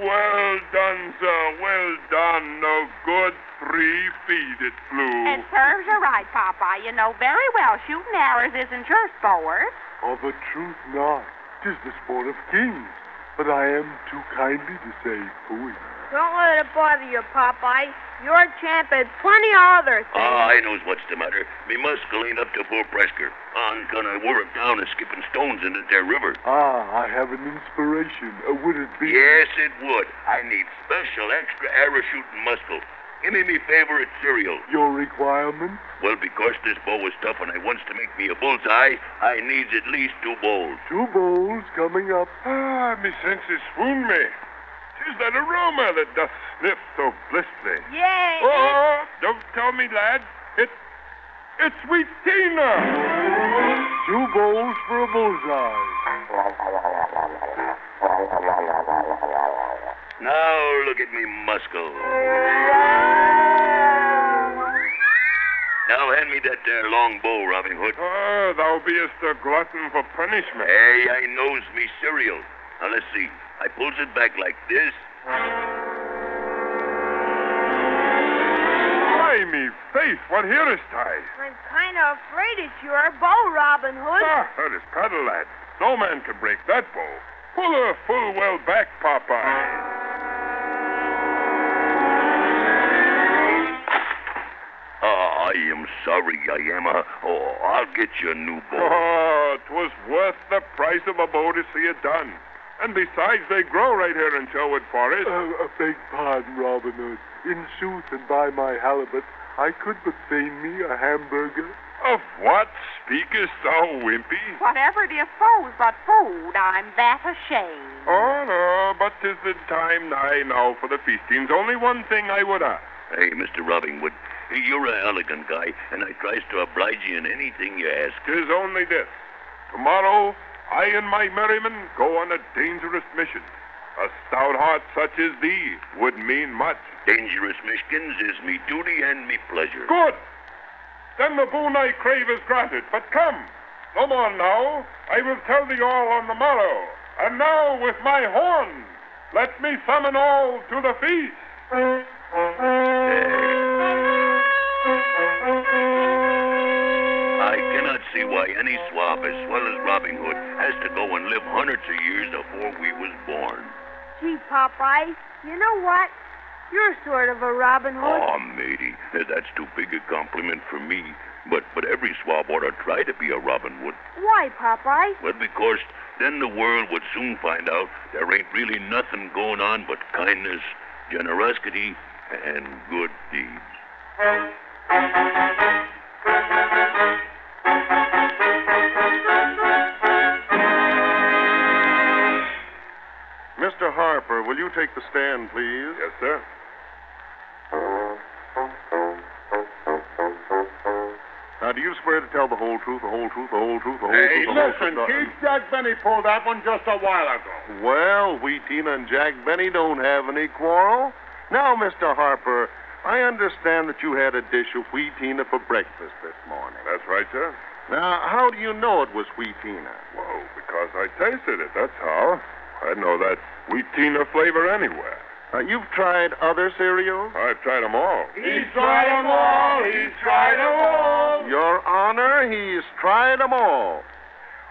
well done, sir. Well done. A good three feet it flew. It serves you right, Popeye. You know very well shooting arrows isn't your sport. Of a truth not. Tis the sport of kings. But I am too kindly to say pooey. Don't let it bother you, Popeye. You're champ at plenty of other things. Ah, I knows what's the matter. Me muscle ain't up to full pressure. I'm gonna work down and skipping stones into their river. Ah, I have an inspiration. Uh, would it be? Yes, it would. I need special extra arrow shooting muscle. Give me me favorite cereal. Your requirement? Well, because this bow is tough and I wants to make me a bullseye, I needs at least two bowls. Two bowls coming up. Ah, me senses swoon me. Tis that aroma that doth sniff so blissfully. Yay! Oh, don't tell me, lad. It, it's sweet Tina. Two bowls for a bullseye. Now look at me muscle. Now hand me that there long bow, Robin Hood. Ah, thou beest a glutton for punishment. Hey, I knows me cereal. Now let's see. I pulls it back like this. By me faith, what hearest I? I'm kind of afraid it's your bow, Robin Hood. Ah, that is paddle, lad. No man can break that bow. Pull her full well back, Popeye. Uh, I am sorry, I am. Uh, oh, I'll get you a new boat. Oh, 'twas worth the price of a bow to see it done. And besides, they grow right here in Sherwood Forest. Uh, uh, beg pardon, Robin Hood. In sooth and by my halibut, I could but feign me a hamburger. Of what speakest thou, Wimpy? Whatever do you suppose but food, I'm that ashamed. Oh, no, but 'tis the time nigh now for the feastings. Only one thing I would ask. Hey, Mr. Robin Hood, you're an elegant guy, and I tries to oblige you in anything you ask. 'Tis only this. Tomorrow, I and my merrymen go on a dangerous mission. A stout heart such as thee would mean much. Dangerous Michigan's is me duty and me pleasure. Good. Then the boon I crave is granted. But come, no more now. I will tell thee all on the morrow. And now, with my horn, let me summon all to the feast. I cannot see why any swab as swell as Robin Hood has to go and live hundreds of years afore we was born. Gee, Popeye, you know what? You're sort of a Robin Hood. Aw, matey, that's too big a compliment for me. But but every swab ought to try to be a Robin Hood. Why, Popeye? Well, because then the world would soon find out there ain't really nothing going on but kindness, generosity, and good deeds. Mr. Harper, will you take the stand, please? Yes, sir. Now, do you swear to tell the whole truth, the whole truth, the whole truth, the whole Hey, truth? the whole listen, truth, Keith Jack Benny pulled that one just a while ago. the- Well, Wheatina and Jack Benny don't have any quarrel. Now, Mr. Harper, I understand that you had a dish of Wheatina for breakfast this morning. That's right, sir. Now, how do you know it was Wheatina? Well, because I tasted it, that's how. I know that Wheatina flavor anywhere. Uh, you've tried other cereals? I've tried them all. He's tried 'em all. He's tried 'em all. Your Honor, he's tried 'em all.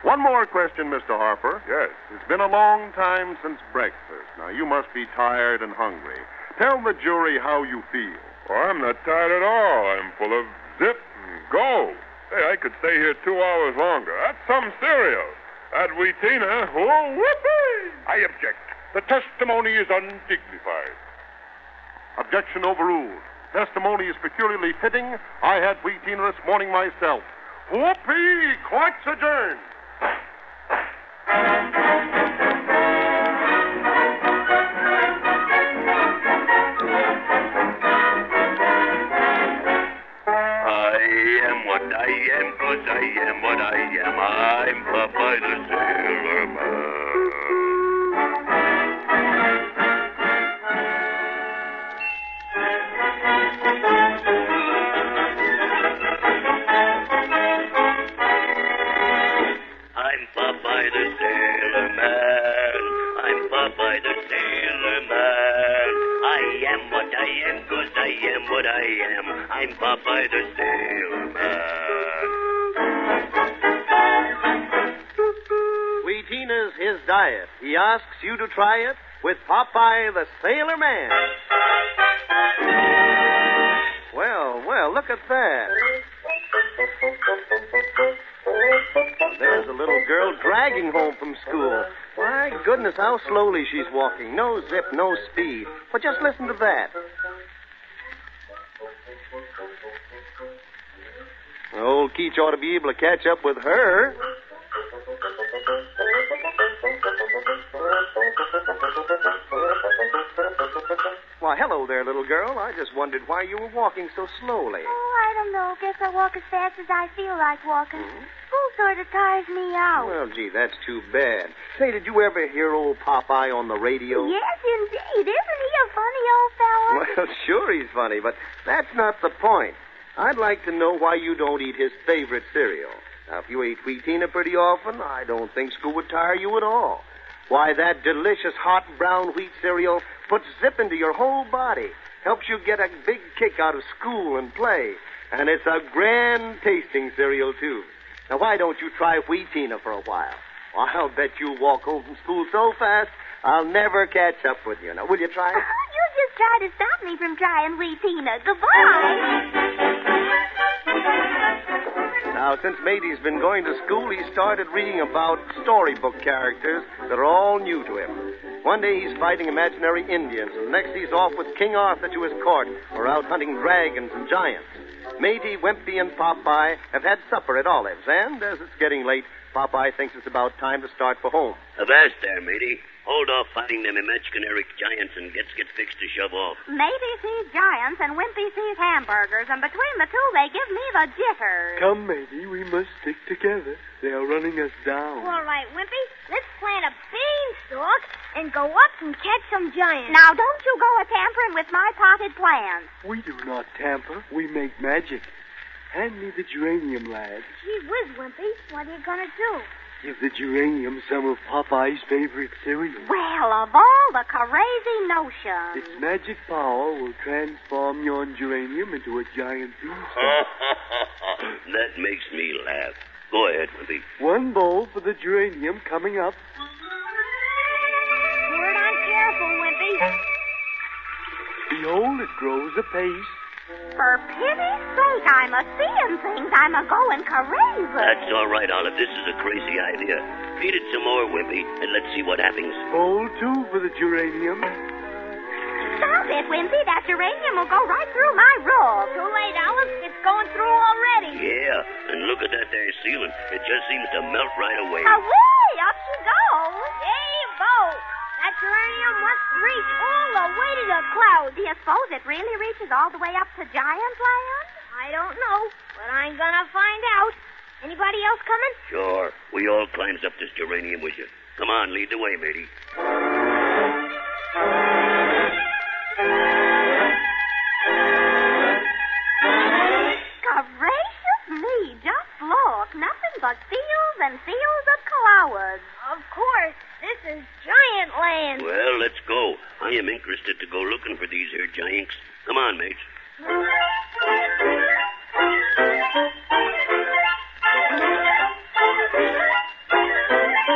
One more question, Mr. Harper. Yes. It's been a long time since breakfast. Now, you must be tired and hungry. Tell the jury how you feel. Well, I'm not tired at all. I'm full of zip and go. Hey, I could stay here two hours longer. That's some cereal. That Wheatina. Oh, whoopee! I object. The testimony is undignified. Objection overruled. Testimony is peculiarly fitting. I had Wheatina this morning myself. Whoopee! Court's adjourned. I am what I am, 'cause I am what I am. I'm Popeye the Sailor Man. I'm Popeye the Sailor Man. I'm Popeye the Sailor Man. I am what I am, 'cause I am what I am. I'm Popeye the Sailor Man. Wheatina's his diet. He asks you to try it with Popeye the Sailor Man. Well, well, look at that. There's a little girl dragging home from school. My goodness, how slowly she's walking. No zip, no speed. But just listen to that. Old Keach ought to be able to catch up with her. Why, hello there, little girl. I just wondered why you were walking so slowly. Oh, I don't know. Guess I walk as fast as I feel like walking. School sort of tires me out. Hmm? Well, gee, that's too bad. Say, did you ever hear old Popeye on the radio? Yes, indeed. Isn't he a funny old fellow? Well, sure he's funny, but that's not the point. I'd like to know why you don't eat his favorite cereal. Now, if you ate Wheatina pretty often, I don't think school would tire you at all. Why, that delicious hot brown wheat cereal puts zip into your whole body, helps you get a big kick out of school and play, and it's a grand tasting cereal, too. Now, why don't you try Wheatina for a while? I'll bet you walk home from school so fast, I'll never catch up with you. Now, will you try it? You just try to stop me from trying wheat peanut. Goodbye. Now, since Matey's been going to school, he started reading about storybook characters that are all new to him. One day he's fighting imaginary Indians, and the next he's off with King Arthur to his court, or out hunting dragons and giants. Matey, Wimpy, and Popeye have had supper at Olive's, and as it's getting late, Popeye thinks it's about time to start for home. Avast there, matey. Hold off fighting them imaginary giants and let's get fixed to shove off. Matey sees giants and Wimpy sees hamburgers, and between the two, they give me the jitters. Come, matey, we must stick together. They are running us down. All right, Wimpy, let's plant a beanstalk and go up and catch some giants. Now, don't you go a tampering with my potted plans. We do not tamper. We make magic. Hand me the geranium, lad. Gee whiz, Wimpy, what are you gonna do? Give the geranium some of Popeye's favorite cereal. Well, of all the crazy notions. Its magic power will transform your geranium into a giant beanstalk. that makes me laugh. Go ahead, Wimpy. One bowl for the geranium coming up. Word on careful, Wimpy. Behold, it grows apace. For pity's sake, I'm a seeing things. I'm a going crazy. That's all right, Olive. This is a crazy idea. Feed it some more, Wimpy, and let's see what happens. Bowl two for the geranium. Stop it, Wimpy. That geranium will go right through my roof. Too late, Alice. It's going through already. Yeah, and look at that there ceiling. It just seems to melt right away. Away! Up she goes. Yay, Bo! That geranium must reach all the way to the clouds. Do you suppose it really reaches all the way up to Giant Land? I don't know, but I'm gonna find out. Anybody else coming? Sure, we all climbs up this geranium with you. Come on, lead the way, matey. Gracious me, just look. Nothing but fields and fields of clouds. Of course, this is Giant Land. Well, let's go. I am interested to go looking for these here giants. Come on, mates.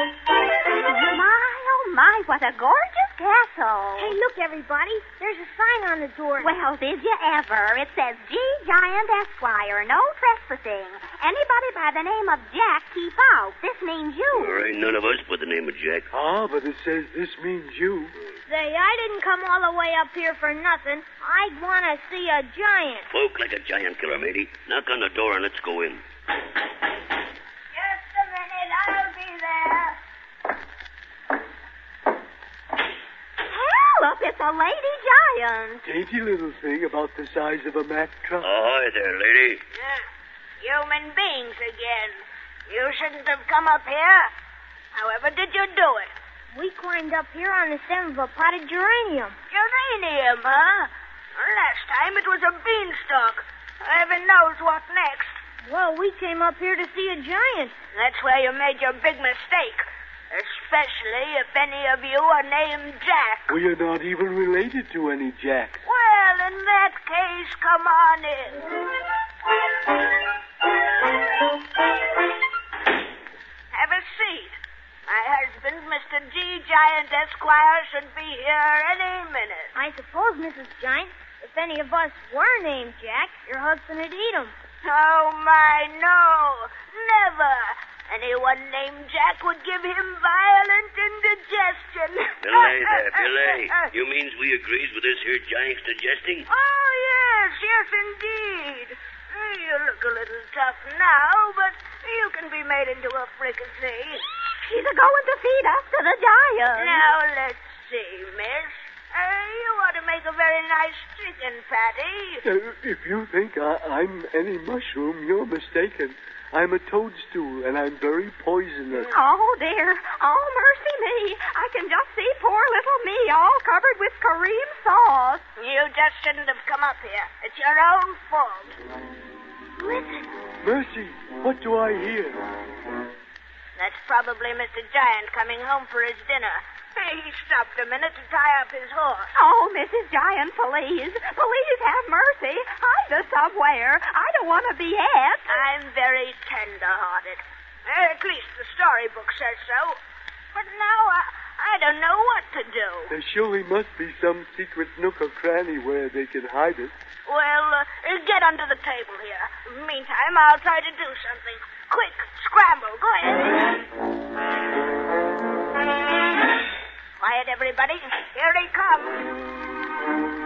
My, oh my, what a gorgeous castle. Hey, look, everybody. There's a sign on the door. Well, did you ever? It says G. Giant Esquire, no trespassing. Anybody by the name of Jack, keep out. This means you. There ain't none of us by the name of Jack. Ah, but it says this means you. Say, I didn't come all the way up here for nothing. I wanna see a giant. Folk like a giant killer, matey. Knock on the door and let's go in. Just a minute, I'll be there. Hell, up, it's a lady giant. Dainty little thing about the size of a Mack truck. Ahoy Uh-huh, there, lady. Ah, human beings again. You shouldn't have come up here. However, did you do it? We climbed up here on the stem of a potted geranium. Geranium, huh? Last time it was a beanstalk. Heaven knows what next. Well, we came up here to see a giant. That's where you made your big mistake. Especially if any of you are named Jack. We are not even related to any Jack. Well, in that case, come on in. Have a seat. My husband, Mr. G. Giant Esquire, should be here any minute. I suppose, Mrs. Giant, if any of us were named Jack, your husband would eat him. Oh, my, no. Never. Anyone named Jack would give him violent indigestion. Belay ah, there, Belay. You means we agrees with this here giant's digesting? Oh, yes, yes, indeed. Mm, You look a little tough now, but you can be made into a fricassee. She's a going to feed us to the giant. Now, let's see, miss. Uh, you ought to make a very nice chicken patty. Uh, if you think I, I'm any mushroom, you're mistaken. I'm a toadstool, and I'm very poisonous. Oh, dear. Oh, mercy me. I can just see poor little me all covered with Kareem sauce. You just shouldn't have come up here. It's your own fault. Listen. Mercy, what do I hear? That's probably Mr. Giant coming home for his dinner. Hey, He stopped a minute to tie up his horse. Oh, Mrs. Giant, please. Please have mercy. Hide us somewhere. I don't want to be hit. I'm very tender-hearted. Uh, at least the storybook says so. But now I, I don't know what to do. There surely must be some secret nook or cranny where they can hide it. Well, uh, uh, get under the table here. Meantime, I'll try to do something. Quick, scramble, go ahead. Quiet, everybody. Here he comes.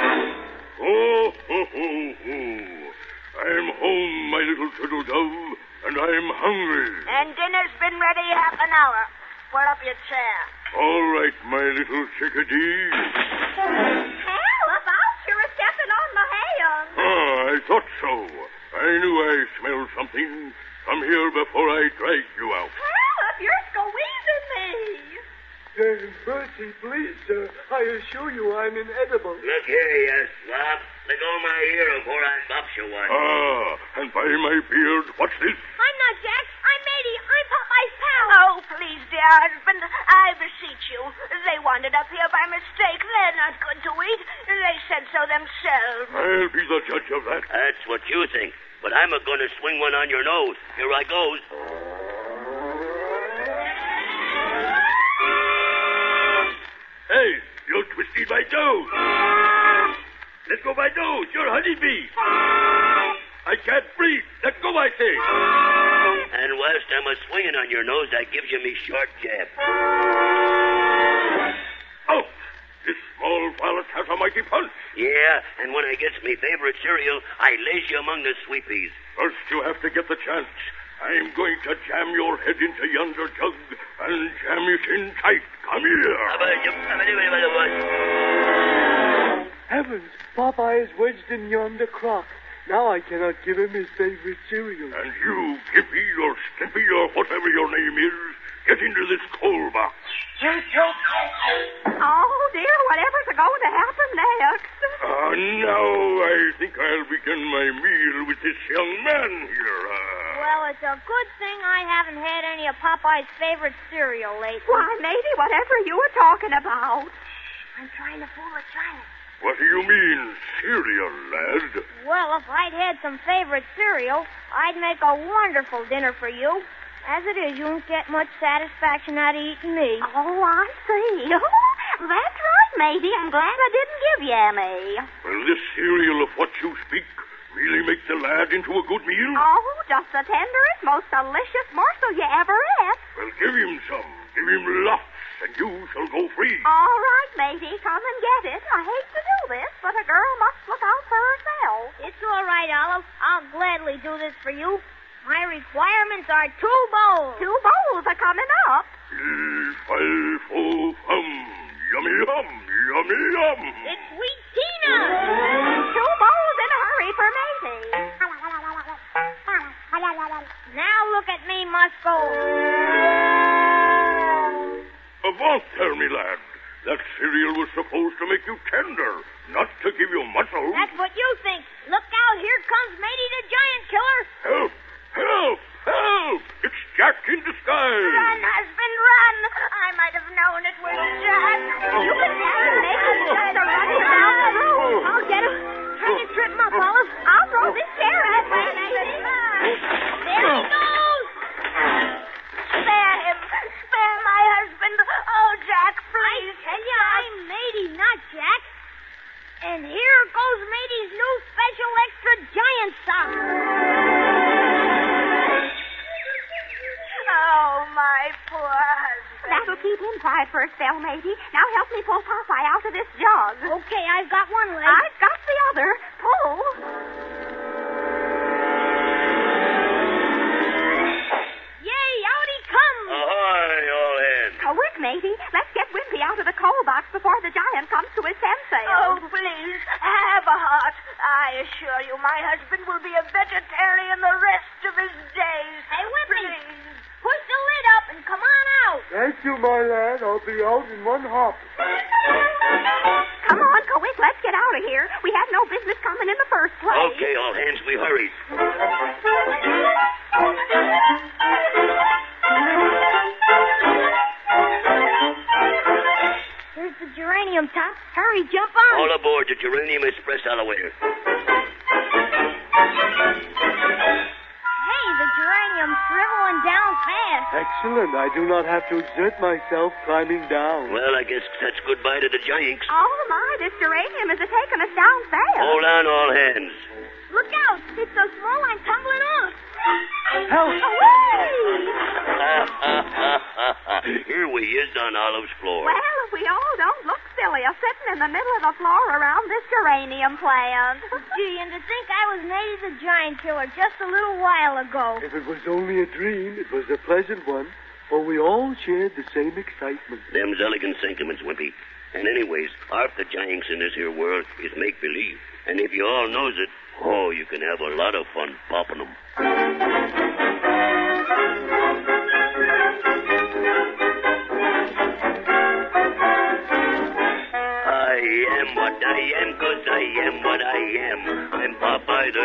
Ho, ho, ho, ho. I'm home, my little turtle dove, and I'm hungry. And dinner's been ready half an hour. Pull up your chair. All right, my little chickadee. Hell, if I'll sure stepping on the hail. Ah, I thought so. I knew I smelled something. Come here before I drag you out. Hell, if you're squeezing me. mercy, please, sir. I assure you I'm inedible. Look here, you slob. uh, Let go of my ear before I box you one. Ah, and by my beard, what's this? I'm not Jack. I'm Matey. I'm Popeye's pal. Oh, please, dear husband, I beseech you. They wandered up here by mistake. They're not good to eat. They said so themselves. I'll be the judge of that. That's what you think. But I'm a going to swing one on your nose. Here I goes. Hey, you twisted my nose. Let go my nose. You're a honeybee. I can't breathe. Let go, I say. And whilst I'm a swinging on your nose, that gives you me short jab. Out! This small wallet has a mighty punch. Yeah, and when I gets me favorite cereal, I lays you among the sweepies. First, you have to get the chance. I'm going to jam your head into yonder jug and jam it in tight. Come here. Heavens, Popeye is wedged in yonder crock. Now I cannot give him his favorite cereal. And you, Gippy or Snippy or whatever your name is, get into this coal box. Oh, dear, whatever's going to happen next? Ah, now I think I'll begin my meal with this young man here. Uh, Well, it's a good thing I haven't had any of Popeye's favorite cereal lately. Why, maybe whatever you were talking about. I'm trying to fool a giant. what do you mean, cereal, lad? Well, if I'd had some favorite cereal, I'd make a wonderful dinner for you. As it is, you won't get much satisfaction out of eating me. Oh, I see. That's right, Maisie. I'm glad I didn't give you any. Will this cereal of what you speak really make the lad into a good meal? Oh, just the tenderest, most delicious morsel you ever ate. Well, give him some. Give him lots, and you shall go free. All right, Maisie, come and get it. I hate to do this, but a girl must look out for herself. It's all right, Olive. I'll gladly do this for you. My requirements are two bowls. Two bowls are coming up. Il fal fo fum. Yum, yum, yum, yum. It's Sweet Tina! Two bowls in a hurry for Maisie. Now look at me, Muscle. Avaunt, tell me, lad. That cereal was supposed to make you tender, not to give you muscle. That's what you think. Look out, here comes Matey the Giant Killer. Help! Help! Help! It's Jack in disguise! Run, husband, run. I might have known it was Jack. You can have him, Matey. He's trying to run him out of the room. I'll get him. Try to trip him up, Olive. I'll throw this chair at him, Matey. There he goes. Spare him. Spare my husband. Oh, Jack, please. I tell you, I'm Matey, not Jack. And here goes Matey's new special extra giant sock. Oh, my poor husband. That'll keep him quiet for a spell, Maisie. Now help me pull Popeye out of this jug. Okay, I've got one leg. I've got the other. Pull. Yay, out he comes. Ahoy, all hands. Quick, Maisie. Let's get Wimpy out of the coal box before the giant comes to his senses. Oh, please, have a heart. I assure you, my husband will be a vegetarian the rest of his days. Hey, Whippy, push the lid up and come on out. Thank you, my lad. I'll be out in one hop. Come on, Quick. Let's get out of here. We had no business coming in the first place. Okay, all hands, we hurry. Here's the geranium tops. Hurry, jump on. All aboard the Geranium Express elevator. Hey, the geranium's shriveling down fast. Excellent. I do not have to exert myself climbing down. Well, I guess that's goodbye to the Giants. Oh, my, this geranium is taking us down fast. Hold on, all hands. Look out. It's so small, I'm tumbling off. Help. Away! Here we is on Olive's floor. Well, if we all don't look silly, a sitting in the middle of the floor around this geranium plant. Gee, and to think I was Nady the Giant Killer just a little while ago. If it was only a dream, it was a pleasant one, for we all shared the same excitement. Them's elegant sentiments, Wimpy. And anyways, half the Giants in this here world is make-believe. And if you all knows it, oh, you can have a lot of fun popping them. I am what I am, cause I am what I am. I'm Popeye the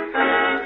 Sailor